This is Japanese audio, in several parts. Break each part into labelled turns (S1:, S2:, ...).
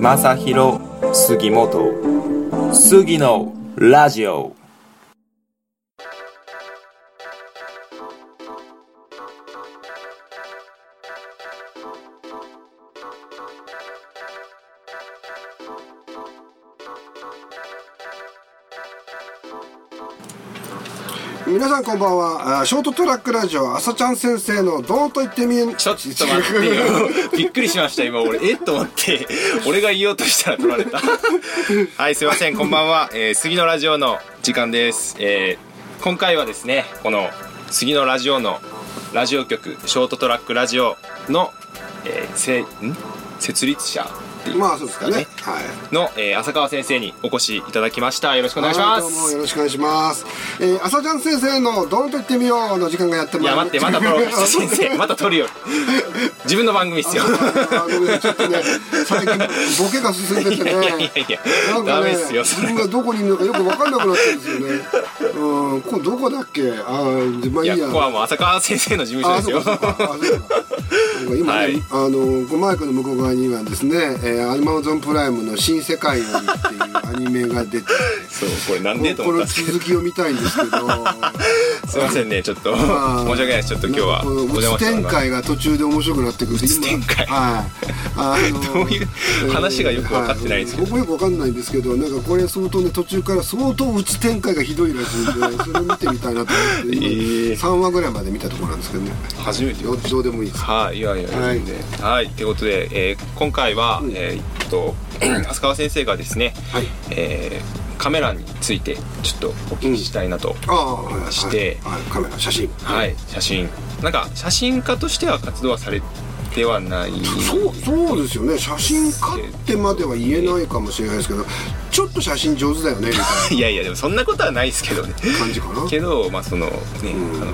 S1: 正弘杉本杉のラジオ
S2: 皆さんこんばんはあショートトラックラジオ朝ちゃん先生のどうと言ってみん
S3: ちょっと待ってよびっくりしました今俺えっと思って俺が言おうとしたら取られたはいすいませんこんばんは、えー、杉のラジオの時間です、えー今回はですねこの杉のラジオのラジオ局ショートトラックラジオの、えーせん設立者っていう
S2: まあそうですかね
S3: ね
S2: はい
S3: の、えー浅川先生にお越しいただきましたよろしくお願いしま
S2: はどうも
S3: す
S2: よろしくお願いします、えー、朝ちゃん先生のどうと言ってみようの時間がやって
S3: い
S2: まいり
S3: や待ってまた取ろう と した先生また取るよ自分の番組っすよ
S2: あごめんなさいちょっと ね最近ボケが進んでてね
S3: いやいやいやいや
S2: なんか
S3: ダ
S2: ね
S3: メっすよ
S2: 自
S3: それ
S2: 分がどこにいるのかよく分かんなくなってるんですよねうんこれどこだっけあーまあ
S3: い
S2: いいや
S3: やここはもう浅川先生の事務所
S2: あ
S3: で
S2: あ
S3: す
S2: そう
S3: よ
S2: かそうかあそうかなんか今ね、
S3: はい
S2: あのこうマイクの向こう側にはですね「えー、アマゾンプライムの新世界より」っていうアニメが出て
S3: そうこれなんでと
S2: ここ
S3: 思っ
S2: の
S3: たんですけ
S2: 続きを見たいんですけ ど
S3: どすいませんねちょっと申
S2: あー
S3: し訳ないですちょっと今日は
S2: なんか
S3: お
S2: このう
S3: 邪魔
S2: つ
S3: した
S2: 展
S3: のが
S2: 開が途中で面白くなってくるう
S3: つ展開
S2: はいあの
S3: どういう話がよくわかってないんですけど
S2: は僕もよくわかんないんですけどなんかこれ相当ね途中から相当うち展開がひどいらしいんでそれを見てみたいなと思って、
S3: ええ
S2: 3話ぐらいまで見たところなんですけどね
S3: 初めて
S2: どどうでもいいです
S3: はいいやいや
S2: はい
S3: 全然はいってことで、えー今回は、えーっと 浅川先生がですね、
S2: はい
S3: えーカメラについてちょっとお聞きしたいなと、
S2: ああはいはい
S3: して
S2: はい、カメラ写真
S3: はい写真なんか写真家としては活動はされてはない
S2: そうそうですよね写真家ってまでは言えないかもしれないですけどちょっと写真上手だよねみたい
S3: いやいやでもそんなことはないですけどね
S2: な感じかな
S3: けどまあそのね、
S2: ん
S3: あの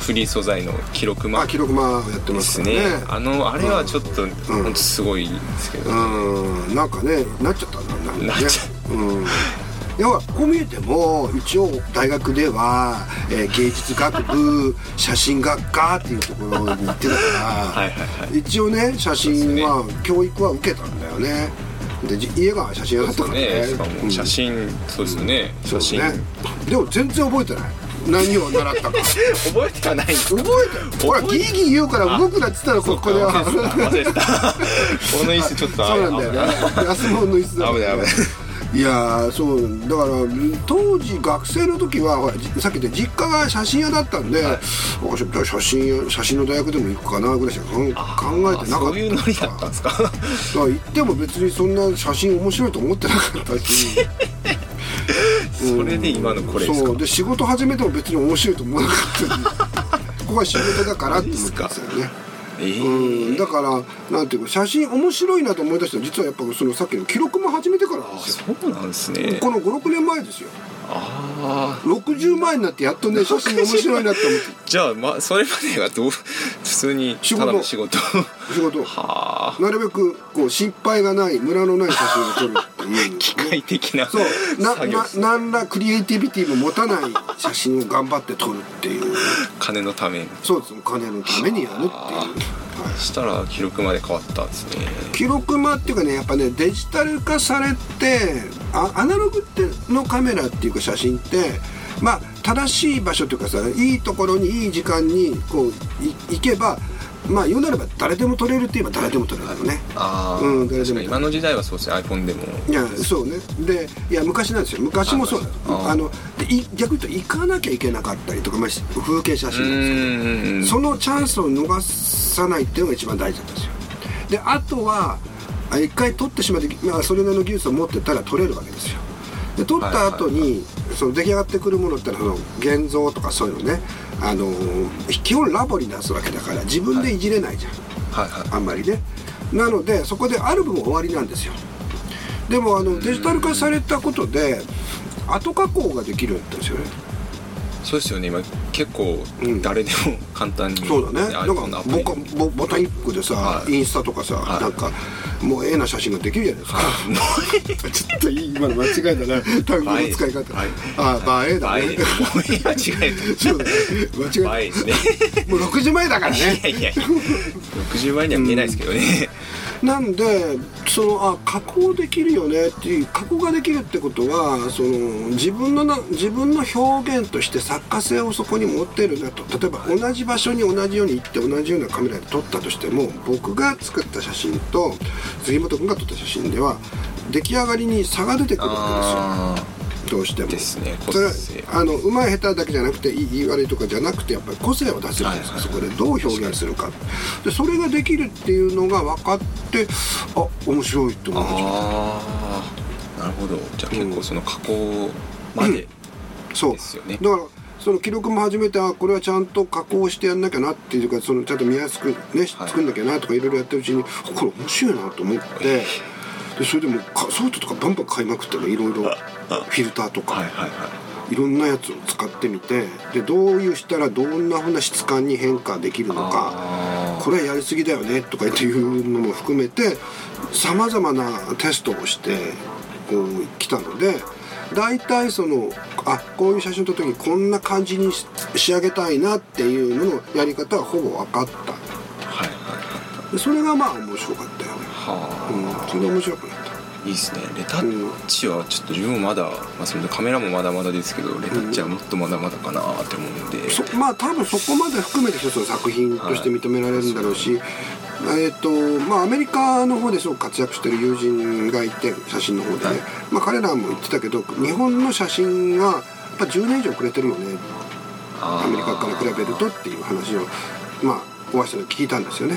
S3: フリー素材の記録マ
S2: まあ記録まあやって
S3: で
S2: ますす
S3: ね
S2: からね
S3: あのあれはちょっと、ほん、とすごいですけど、
S2: うんなんかねなっちゃったんだなんかね
S3: なっちゃ
S2: うん要はこう見えても一応大学では、えー芸術学 部写真学科っていうところに行ってたから
S3: いはい
S2: 一応ね写真は、
S3: そ
S2: 教育は受けたんだよねでじ家が写真屋だった
S3: そ
S2: か
S3: う
S2: ら
S3: で
S2: ね
S3: すねしか
S2: う
S3: も
S2: ん
S3: 写真、そうですよね、
S2: そう
S3: 写
S2: です
S3: 真、
S2: ねでも全然覚えてない何を習ったか覚
S3: 覚えてはないんです
S2: えてるほらギーギー言うから動くなっつったらここでは
S3: 忘れてた忘れてたこの椅子ちょっと
S2: そうなんだよね安物の椅子だ
S3: 危ない危ない
S2: いやーそうだから当時学生の時はほらじさっき言った実家が写真屋だったんで、おじゃあ写真屋写真の大学でも行くかなぐらいしか考えてな
S3: あ
S2: かった
S3: そういうノリだったんですか
S2: だから行っても別にそんな写真面白いと思ってなかったし
S3: それで今の これですか
S2: そうで仕事始めても別に面白いと思わなか ったしここは仕事だからって思ってたんですよね
S3: えー
S2: うん、だからなんていうか写真面白いなと思い出したのは実はやっぱそのさっきの記録も始めてからなん
S3: あ
S2: ですよ
S3: そうなんですね
S2: この56年前ですよ
S3: ああ
S2: 60前になってやっとね写真面白いなって思って
S3: じゃあ、ま、それまではどう普通に
S2: 仕事
S3: ただの仕事
S2: 仕事
S3: はあ
S2: なるべくこう心配がないムラのない写真を撮るって いう
S3: 機械的な
S2: そうな
S3: 作業です
S2: な何らクリエイティビティも持たない写真を頑張って撮るっていう
S3: 金のために
S2: そうですお金のためにやるっていう、はい
S3: したら記録まで変わったんですね
S2: 記録間っていうかねやっぱねデジタル化されてあアナログってのカメラっていうか写真ってまあ正しい場所というかさいいところにいい時間にこうい行けばまあ言うなれば誰でも撮れるって言えば誰でも撮れるよね。
S3: ああ、
S2: うん
S3: 確かに今の時代はそうですね iPhone でも
S2: いやそうねでいや昔なんですよ昔もそうだ
S3: ああ
S2: あのでい逆に言うと行かなきゃいけなかったりとか、まあ、風景写
S3: う
S2: 真なんですけど
S3: ーん
S2: そのチャンスを逃さないっていうのが一番大事なんですよであとはあ一回取ってしまって、まあ、それなりの技術を持ってたら取れるわけですよで取った後に、
S3: は
S2: その出来上がってくるものってのはその現像とかそういうのね、あのー基本ラボに出すわけだから自分でいじれないじゃん、
S3: はいはい
S2: あんまりねなのでそこである分終わりなんですよでもあのデジタル化されたことで後加工ができるようになったんですよね
S3: そうですよね今結構
S2: うん
S3: 誰でも簡単に、
S2: そうだねなんか
S3: iPhone のアプ
S2: ボ
S3: リ
S2: カボボタン一個でさ、
S3: はい
S2: インスタとかさ、
S3: い
S2: なんかもうええな写真ができるじゃないですか、 ちょっといい今の間違いだな単語の使い方
S3: はい
S2: ああ映えだ
S3: バ
S2: ね
S3: イですもう今違え
S2: そうだね間
S3: たバ
S2: 違
S3: イ
S2: え
S3: ですね
S2: たもう6時前だから
S3: いや
S2: ね
S3: いやいや60万円には見えないですけどね、
S2: なんでそのあ加工できるよねっていう加工ができるってことはその自分のな自分の表現として作家性をそこに持ってるなと例えば同じ場所に同じように行って同じようなカメラで撮ったとしても僕が作った写真と杉本君が撮った写真では出来上がりに差が出てくるわ
S3: あ
S2: けですよどうしても。
S3: ですね
S2: それは
S3: 個性
S2: あの上手い下手だけじゃなくていい言い悪いとかじゃなくてやっぱり個性を出せるじゃないですか、
S3: はい
S2: そこでどう表現するかでそれができるっていうのが分かってあ面白いと思い始めた
S3: ああなるほどじゃあ結構その加工まで、
S2: そう
S3: ですよね
S2: だからその記録も初めてあこれはちゃんと加工してやんなきゃなっていうかそのちゃんと見やすくね
S3: はい
S2: 作んなきゃなとかいろいろやってるうちにあこれ面白いなと思ってでそれでもうかソフトとかバンバン買いまくってねいろいろフィルターとか。
S3: はいはいはい
S2: いろんなやつを使ってみてでどういうしたらどんなふうな質感に変化できるのか
S3: あー
S2: これはやりすぎだよねとかっていうのも含めてさまざまなテストをしてこう来たので大体そのあこういう写真を撮った時こんな感じにし仕上げたいなっていうののやり方はほぼ分かった
S3: はいはい
S2: でそれがまあ面白かったよね、
S3: はあ、
S2: うん、それで面白くなった
S3: いいですねレタッチはちょっと自分もまだ、まあ、そのカメラもまだまだですけどレタッチはもっとまだまだかなって思うんで、
S2: そまあ多分そこまで含めて一つの作品として認められるんだろうし、えっ、とまあアメリカの方ですごく活躍してる友人がいて写真の方でね、
S3: はい
S2: まあ彼らも言ってたけど日本の写真がやっぱ10年以上遅れてるよね
S3: あー
S2: アメリカから比べるとっていう話をまあ大橋さんに聞いたんですよね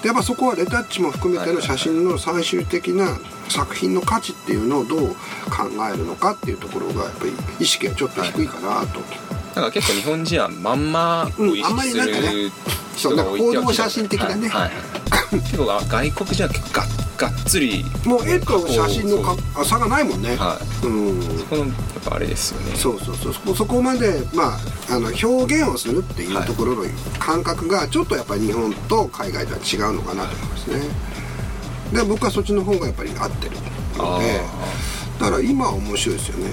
S2: でやっぱそこはレタッチも含めての写真の最終的な作品の価値っていうのをどう考えるのかっていうところがやっぱり意識がちょっと低いかなと。
S3: なんか結構日本人はまんまを意
S2: うんあん
S3: 識
S2: まり
S3: す
S2: なんかね
S3: る
S2: そう
S3: 人
S2: なん
S3: が
S2: か
S3: 多いってわけじゃない
S2: 行動写真的なね
S3: はいはい、結構外国人は結構ががっつり
S2: もう絵と写真のか
S3: こ
S2: あ差がないもんね、
S3: は
S2: うん
S3: うそこのやっぱあれですよね
S2: そうそうそうそこそこまで、まあ、あの表現をするってい
S3: は
S2: う
S3: い
S2: ところの感覚がちょっとやっぱり日本と海外では違うのかなと思いますねで僕はそっちの方がやっぱり合ってるの
S3: あ
S2: でだから今は面白いですよね、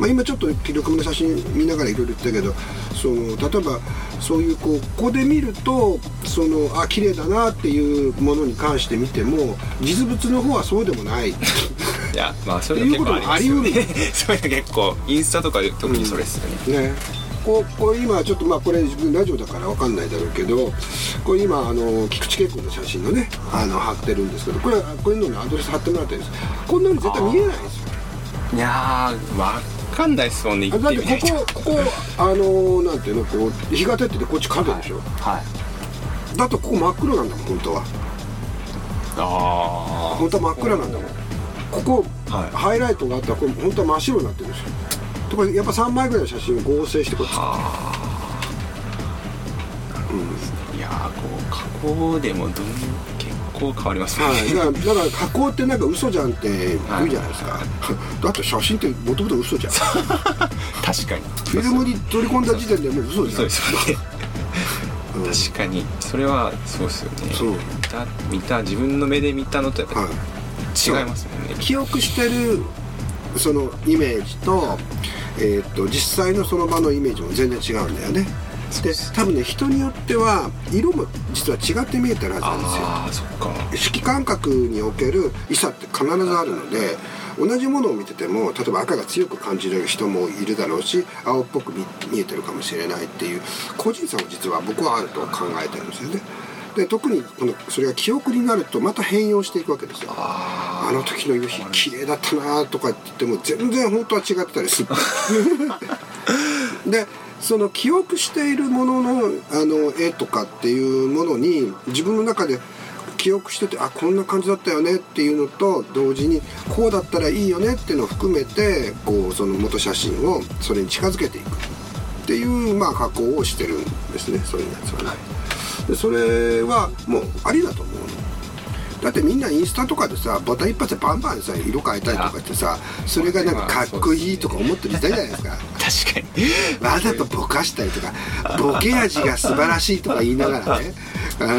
S2: まあ、今ちょっと記録の写真見ながらいろいろ言ったけどその例えばそういうこうここで見るとそのあ綺麗だなっていうものに関して見ても実物の方はそうでもない
S3: いやまあそういうの結構あります
S2: ってい
S3: よね そういうの結構インスタとか特にそれですよね、
S2: ねこうこう今ちょっとまあこれ自分ラジオだからわかんないだろうけどこれ今あの菊池恵子の写真のねあの貼ってるんですけどこれこういうのにアドレス貼ってもらってるんですこんなの絶対見えないですよ
S3: いやーわかんないっすもんね行
S2: あ
S3: っ
S2: だって
S3: みない
S2: て
S3: と
S2: ここここあのなんていうのこう日が照っててこっち角でしょ、
S3: はい
S2: だとここ真っ黒なんだもん本当は
S3: あ
S2: 本当は真っ暗なんだもんここ、
S3: はい
S2: ハイライトがあったらこれ本当は真っ白になってるんですよとこれやっぱ3枚ぐらいの写真を合成してこうやって
S3: あいやーこう加工でもどん結構変わりますね、
S2: はい、だからだから加工ってなんか嘘じゃんって言うじゃないですか、 だって写真ってもともと嘘じゃんフ
S3: 確かに
S2: ィルムに取り込んだ時点でもう嘘じゃ
S3: そうんですよね 確かにそれはそうですよね
S2: そう
S3: 見た見た自分の目で見たのとやっぱ
S2: はい
S3: 違いますもんね、
S2: 記憶してるそのイメージと,、えーっと実際のその場のイメージも全然違うんだよね
S3: そう
S2: で
S3: です
S2: 多分ね人によっては色も実は違って見えてるはずなんですよ
S3: ああそっか
S2: 色感覚における異さって必ずあるので同じものを見てても例えば赤が強く感じる人もいるだろうし青っぽく見見えてるかもしれないっていう個人差も実は僕はあると考えてるんですよね。で特にこのそれが記憶になるとまた変容していくわけですよ。あの時の夕日綺麗だったなとかって言っても全然本当は違ってたりする。でその記憶しているもののあの絵とかっていうものに自分の中で記憶しててあこんな感じだったよねっていうのと同時にこうだったらいいよねっていうのを含めてこうその元写真をそれに近づけていくっていう、まあ、加工をしてるんですねそういうやつはね、でそれはもうありだと思うのだってみんなインスタとかでさボタン一発でバンバンさ色変えたりとかってさそれがなんかかっこいいとか思ってる時代じゃないですか
S3: 確かに
S2: わざとぼかしたりとかボケ味が素晴らしいとか言いながらねあの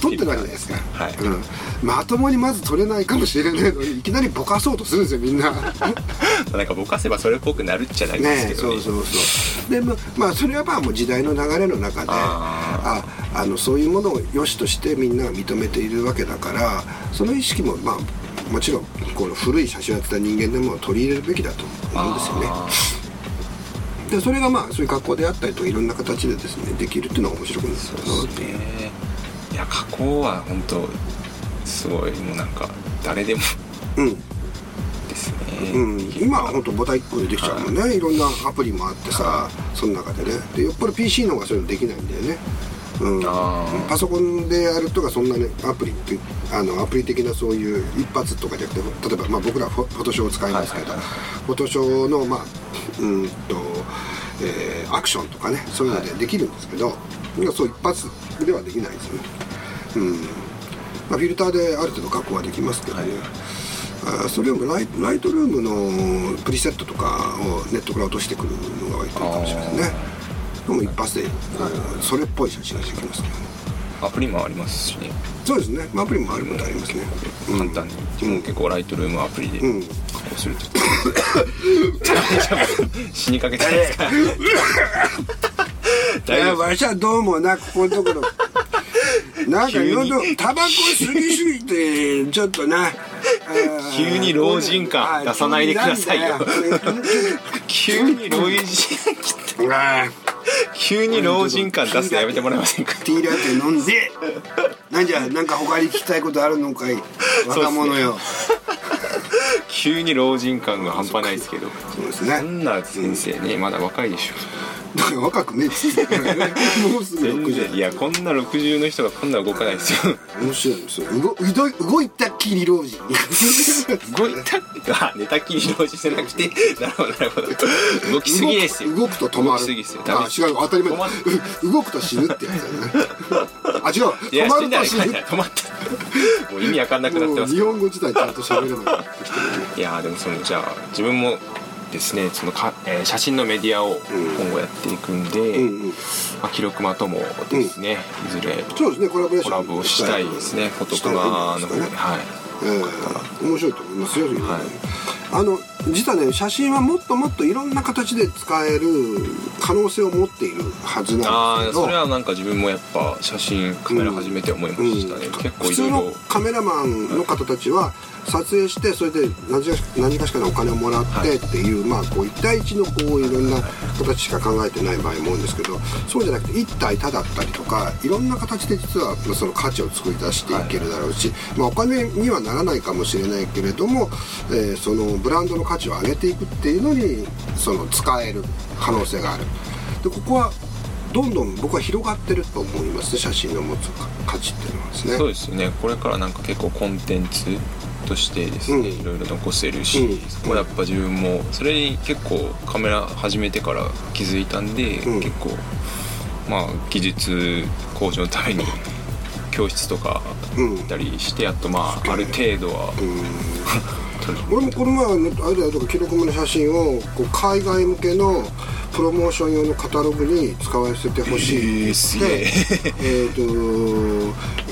S2: 撮ってるわけじゃないですか、
S3: はい
S2: うん、まともにまず撮れないかもしれないのにいきなりぼかそうとするんですよみんな
S3: なんかぼかせばそれっぽくなるっちゃないです
S2: ね
S3: けど
S2: そ
S3: ね
S2: うそうそうでままあそれはまあもう時代の流れの中で
S3: あ
S2: あああのそういうものを良しとしてみんなが認めているわけだからその意識もまあもちろんこの古い写真をやってた人間でも取り入れるべきだと思うんですよね。でそれがまあそういう格好であったりとかいろんな形でですねできるっていうのが面白くなったなっていう。
S3: ねいや加工は本当すごいもうなんか誰でも
S2: うん
S3: ですね、
S2: うん、今は本当ボタン1個でできちゃうもんね、い、ろんなアプリもあってさその中でねでよっぽど PC の方がそういうのできないんだよね、うん
S3: あー、
S2: パソコンでやるとかそんなねアプリってあのアプリ的なそういう一発とかじゃなくて例えば、まあ、僕らフォフォトショーを使いますけど、
S3: はいはいはい
S2: フォトショーのまあうーんと、えーアクションとかねそういうのでできるんですけど、今そう一発ではできないですよねうんまあ、フィルターである程度加工はできますけどね、
S3: はい
S2: あーそれよりもライライトルームのプリセットとかをネットから落としてくるのがいいかもしれませんねでも一発で、うんそれっぽい写真ができますけどね
S3: アプリもありますしね
S2: そうですね、まあ、アプリもあることありますね、うん、
S3: 簡単に、
S2: うん
S3: 結構ライトルームアプリで
S2: うん
S3: 加工す る と、死にかけたんですか
S2: い
S3: 大丈
S2: や
S3: 夫
S2: わしはどうもなここのとこ ろなんかいろいろタバコ吸いすぎてちょっと なあー
S3: 急に老人感出さないでくださいよ
S2: あー急になんだよ
S3: 急に老人
S2: あー
S3: 急に老人感出すのやめてもらえませんか
S2: ティーラテ飲んでなんじゃなんか他に聞きたいことあるのかい若者よ
S3: 急に老人感が半端ないですけど
S2: そうです
S3: そ
S2: ね
S3: んな先生ねまだ若いでしょ
S2: だから若くねえっつってもうすぐ
S3: 全
S2: 6
S3: 然
S2: 時
S3: いやこんな60の人がこんな動かないですよ
S2: 面白いですよ動動い動いたっきり老人
S3: 動いた あ寝たきり老人じゃなくて なるほどなるほど動きすぎですよ
S2: 動く動くと止ま
S3: 動きすぎ
S2: る
S3: ですよダメ
S2: あ
S3: です
S2: 違う当たり前
S3: 止ま
S2: うん動くと死ぬってやつだよねあ違う
S3: いや
S2: 止ま
S3: 死ん
S2: ると
S3: だら
S2: 死
S3: 書い
S2: ぬ
S3: てある止まったもう意味わかんなくなって
S2: も
S3: ま
S2: う
S3: す
S2: 日本語自体ちゃんと喋れない
S3: いやーでもそのじゃあ自分もですねそのか、えー写真のメディアを今後やっていくんで、
S2: うんうん
S3: まあ、記録まともですね、いずれ
S2: そうですねコラボレーシ
S3: コ
S2: ョン
S3: ラボをしたいですねフォト
S2: し
S3: ク
S2: たいと
S3: マ
S2: 思い
S3: の
S2: ま
S3: 方
S2: す
S3: に
S2: ね
S3: はい
S2: えー面白いと思いますよ、
S3: はい
S2: あの実はね写真はもっともっといろんな形で使える可能性を持っているはずなん
S3: あ
S2: で
S3: あ
S2: すけど
S3: それはなんか自分もやっぱ写真カメラ初めて思いましたね、結構
S2: 普
S3: いろ
S2: 通
S3: い
S2: の
S3: ろ
S2: カメラマンの方たちは撮影してそれで何かし何かしらのお金をもらってっていう、まあこう一対一のこういろんな形しか考えてない場合も多いんですけどそうじゃなくて一対多だったりとかいろんな形で実はまあその価値を作り出していけるだろうし、まあ、お金にはならないかもしれないけれども、えーそのブランドの価値を上げていくっていうのにその使える可能性がある。でここはどんどん僕は広がってると思いますね写真の持つ価値っていうのはですね。
S3: そうですねこれからなんか結構コンテンツとしてですね、
S2: うん
S3: いろいろ残せるし、
S2: うん
S3: そこはやっぱ自分もそれに結構カメラ始めてから気づいたんで、
S2: うん
S3: 結構まあ技術向上のために教室とか行ったりして、やっとまあある程度は、
S2: 俺もこの前あのあれだとか記録もの写真をこう海外向けのプロモーション用のカタログに使わせてほしい
S3: え
S2: って
S3: ーすげ
S2: え
S3: え
S2: っと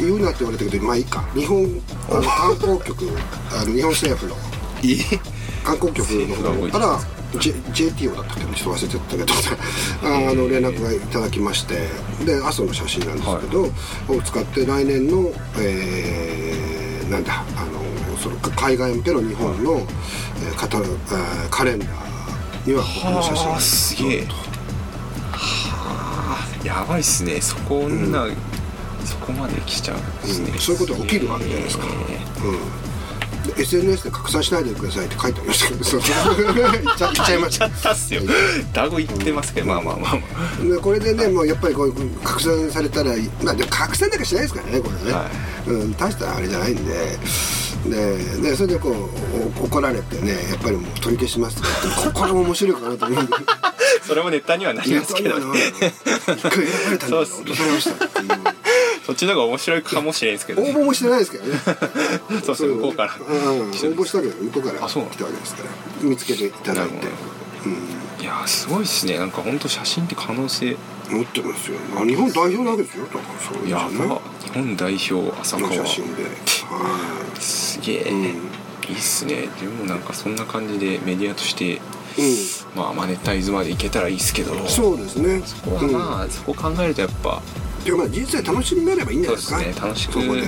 S2: 言うなって言われたけどまあいいか日本あの観光局あの日本政府の観光局の方に行ったら J- JTO だったっけどちょっと忘れちゃったけどあの連絡がいただきましてで阿蘇の写真なんですけど、を使って来年の、えーなんだあのその海外向けの日本の、えーカタログあーカレンダーには僕の写真
S3: は
S2: が
S3: あすげえ
S2: 載ってると
S3: あーやばいっすねそこんな、そこまで来ちゃうんですね、
S2: うんそういうことが起きるわけじゃないですか
S3: え
S2: で SNS で拡散しないでくださいって書いてありましたけどそう言っちゃ言っちゃい
S3: ー
S2: ま
S3: 行っ
S2: し
S3: ちゃ
S2: た
S3: ったっすよダゴ行ってますけど、まあまあまあまあ
S2: でこれでねもうやっぱりこういう拡散されたら、まあ、でも拡散なんかしないですからねこれね、
S3: は
S2: うん、大したあれじゃないんでででそれでこうお怒られてねやっぱりもう取り消しますとか言ってここれ も面白いかなと 思うんで
S3: それもネタにはなりますけどね
S2: 一回選ばれたんで
S3: そうっ
S2: 落
S3: すね
S2: とされましたっていう
S3: そっちの方が面白いかもしれないですけど
S2: 応
S3: ね
S2: 募もしてないですけどね
S3: そうそう向こうから
S2: うん、応募したけど向こうから
S3: あそうなの
S2: 来たわけですから見つけていただい
S3: な
S2: て
S3: るいやーすごいっすねなんか本当写真って可能性
S2: 持ってますよあ日本代表なわけですよだからそうです
S3: や
S2: よね
S3: ば日本代表浅
S2: この
S3: 川
S2: 写真ではい
S3: すげえ、
S2: ん
S3: いいっすねでもなんかそんな感じでメディアとして
S2: う
S3: まあマネタイズまでいけたらいいっすけど
S2: ん、そうですね。
S3: そこはまあ、そこ考えるとやっぱ
S2: ていうかまあ人生楽しめればいいんじゃ
S3: そう
S2: ない
S3: で
S2: です
S3: す
S2: か
S3: ね楽しく
S2: そこで、
S3: は
S2: う
S3: い、
S2: ん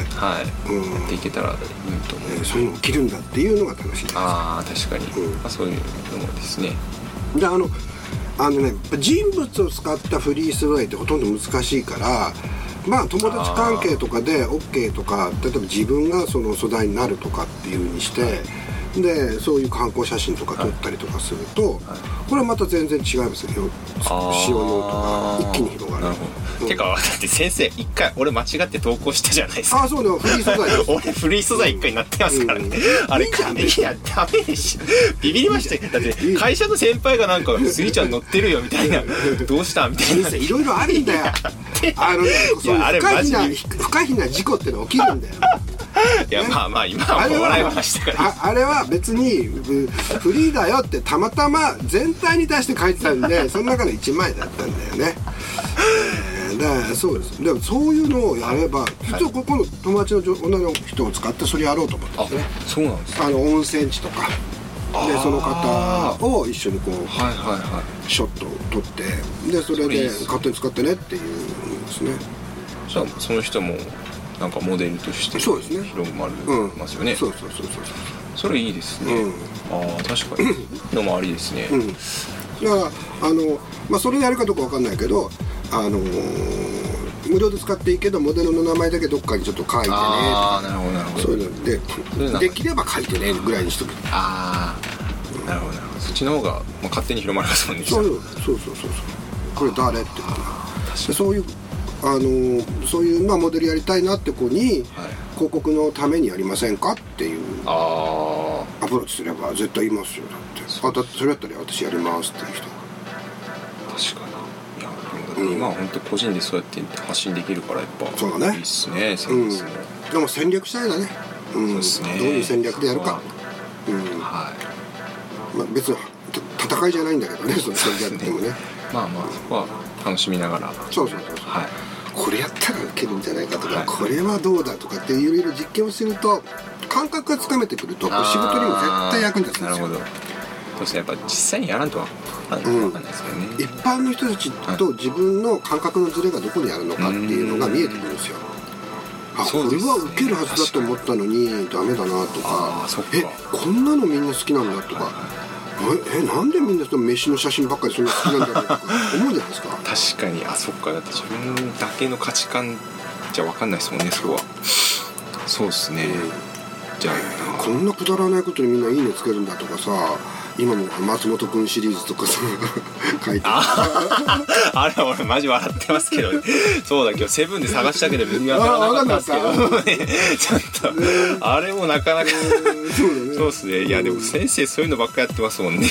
S3: やっていけたらいいと思う
S2: えーそういうのを切るんだっていうのが楽しいです
S3: ああ確かに、
S2: うん
S3: まあ、そういうのもですね
S2: であのあのねやっぱ人物を使ったフリースローってほとんど難しいからまあ友達関係とかで OK とか例えば自分がその素材になるとかっていうふうにしてでそういう観光写真とか撮ったりとかすると、これはまた全然違いますよ
S3: あー
S2: 使用用途が一気に広がる
S3: なるほ
S2: う
S3: ど、
S2: ん
S3: てかだって先生一回俺間違って投稿したじゃないです
S2: ああ
S3: か
S2: そうだフリー素材です
S3: 俺フリー素材一回になってますからね、
S2: うん
S3: あれ
S2: いいじゃん
S3: いやダメでしょビビりましたよだって会社の先輩がなんか「スギちゃん乗ってるよ」みたいな「どうした?」みたい
S2: 人
S3: な
S2: 生いろいろあるんだよあのねそういう
S3: あれ
S2: 不可避な
S3: マジで
S2: 不可避な事故ってのは起きる んだよ
S3: いやまあまあ今はもう笑い話したから
S2: ああれは別にうフリーだよってたまたま全体に対して書いてたん でその中の1枚だったんだよね、えーだからそうですでもそういうのをやれば普通ここの友達の女女の人を使ってそれやろうと思って
S3: あそうなんです
S2: あの温泉地とかでその方を一緒にこう
S3: はいはいはい
S2: ショットを撮ってでそれ
S3: それいい
S2: で
S3: です
S2: 勝手に使ってねっていうのですね
S3: じゃあその人もなんかモデルとして
S2: そうですね
S3: 広まり
S2: うん
S3: ますよね、
S2: そうそうそうそうそう
S3: それいいですね、
S2: うん
S3: ああ確かにのもありですね、
S2: うん、だからあの、まあ、それやるかどうかわかんないけど、あのー無料で使っていいけどモデルの名前だけどっかにちょっと書いてねとか
S3: ああなるほどなるほど
S2: そういうので
S3: ういうの
S2: できれば書いてねぐらいにしとく
S3: ああなるほどなるほどそっちの方が、まあ、勝手に広まりますもんね
S2: そうそうそうそうそうこれ誰ってことでそういうあのーそういう、まあ、モデルやりたいなって子に、
S3: はい
S2: 広告のためにやりませんかっていう
S3: あ
S2: アプローチすれば絶対いますよだってあだってそれやったら私やりますっていう人が
S3: あ確かにいやでも今は本当個人でそうやって発信できるからやっぱ
S2: そうだね
S3: いいっすねセ
S2: うん
S3: ンスも、
S2: でも戦略次第だね,、うん、
S3: そうですね
S2: どういう戦略でやるか、
S3: そこははい
S2: まあ、別にた戦いじゃないんだけどねその戦略でもね
S3: まあまあそこは楽しみながらは
S2: そうそうそうそう
S3: い
S2: これやったらいけるんじゃないかとか、
S3: はい
S2: これはどうだとかっていろいろ実験をすると感覚がつかめてくるとこう仕事にも絶対役に立つん
S3: な
S2: で
S3: る
S2: す
S3: ほ
S2: よ
S3: どそうですねやっぱ実際にやらんとは分かん
S2: うん
S3: わかんないですけどね、
S2: 一般の人たちと自分の感覚のズレがどこにあるのかっていうのが見えてくるんですよあこ
S3: そ
S2: れ
S3: うですね
S2: は受けるはずだと思ったのにダメだなとか
S3: あーそっか
S2: えこんなのみんな好きなんだとかええなんでみんなその飯の写真ばっかりそんな好きなんだろうと か思うじゃないですか
S3: 確かにあそっかだって自分だけの価値観じゃ分かんないですもんねそこはそうですね、じゃあ
S2: こんなくだらないことにみんないいねつけるんだとかさ今も松本君シリーズとかさ書いてあ
S3: あれ俺マジ笑ってますけどねそうだ今日セブンで探したけど見当たらなかったんですけ
S2: あわ
S3: どね ちょっとあれもなかなか
S2: そうだ
S3: そう
S2: ね
S3: ですねいやでも先生そういうのばっかやってますも んね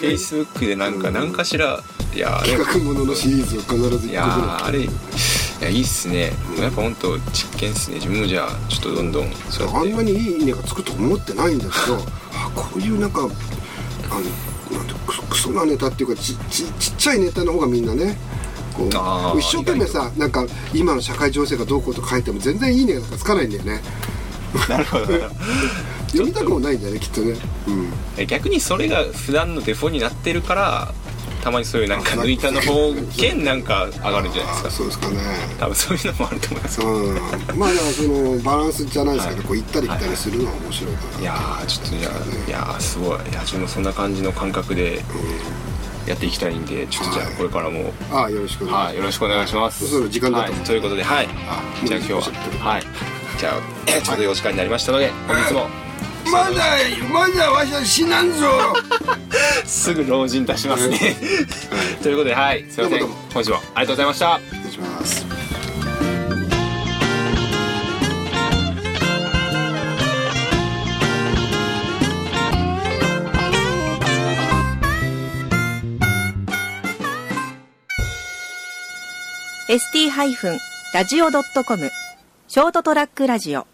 S3: Facebook でなんか何かしらいやあれ
S2: 企画もののシリーズを必ず
S3: い
S2: 一
S3: や
S2: 個ぐら
S3: ーあれいやいいっすねやっぱ本当実験っすね自分もじゃあちょっとどんどんそうや
S2: いあ
S3: っ
S2: ん
S3: て
S2: なにいいねがつくと思ってないんだけ どあこういうなんかあのなんてクソクソなネタっていうかちちちっちゃいネタの方がみんなねこう
S3: あー
S2: 一生懸命さなんか今の社会情勢がどうこうとか書いても全然いいねがつかないんだよね
S3: なるほどなるほど
S2: 読みたくもないんだよねきっとねうん
S3: え逆にそれが普段のデフォになってるからたまにそういうなんか
S2: あな
S3: 抜いたの方兼なんか上がるんじゃな
S2: あー
S3: いですか
S2: そうですかね
S3: 多分そういうのもあると思います
S2: うん、まあだからそのバランスじゃないですけど、こう行ったり来たりするのは面白いかな、
S3: いやーちょっといやいやーすごいいや自分もそんな感じの感覚でやっていきたいんでちょっとじゃあ
S2: はい
S3: これからも
S2: ああよろしくお願いします、
S3: はいよろしくお願いします
S2: そろそろ時間だと思う
S3: はいということではい
S2: あ
S3: じゃあ今日は
S2: もうちょっと
S3: はいじゃ あちょうどいいお時間になりましたので本日も
S2: まだまだわしは死なんぞ
S3: すぐ老人出しますね ということではいすいません
S2: どうもどう
S3: 本日もありがとうございました
S2: 失礼します
S4: ST-radio.com ショートトラックラジオ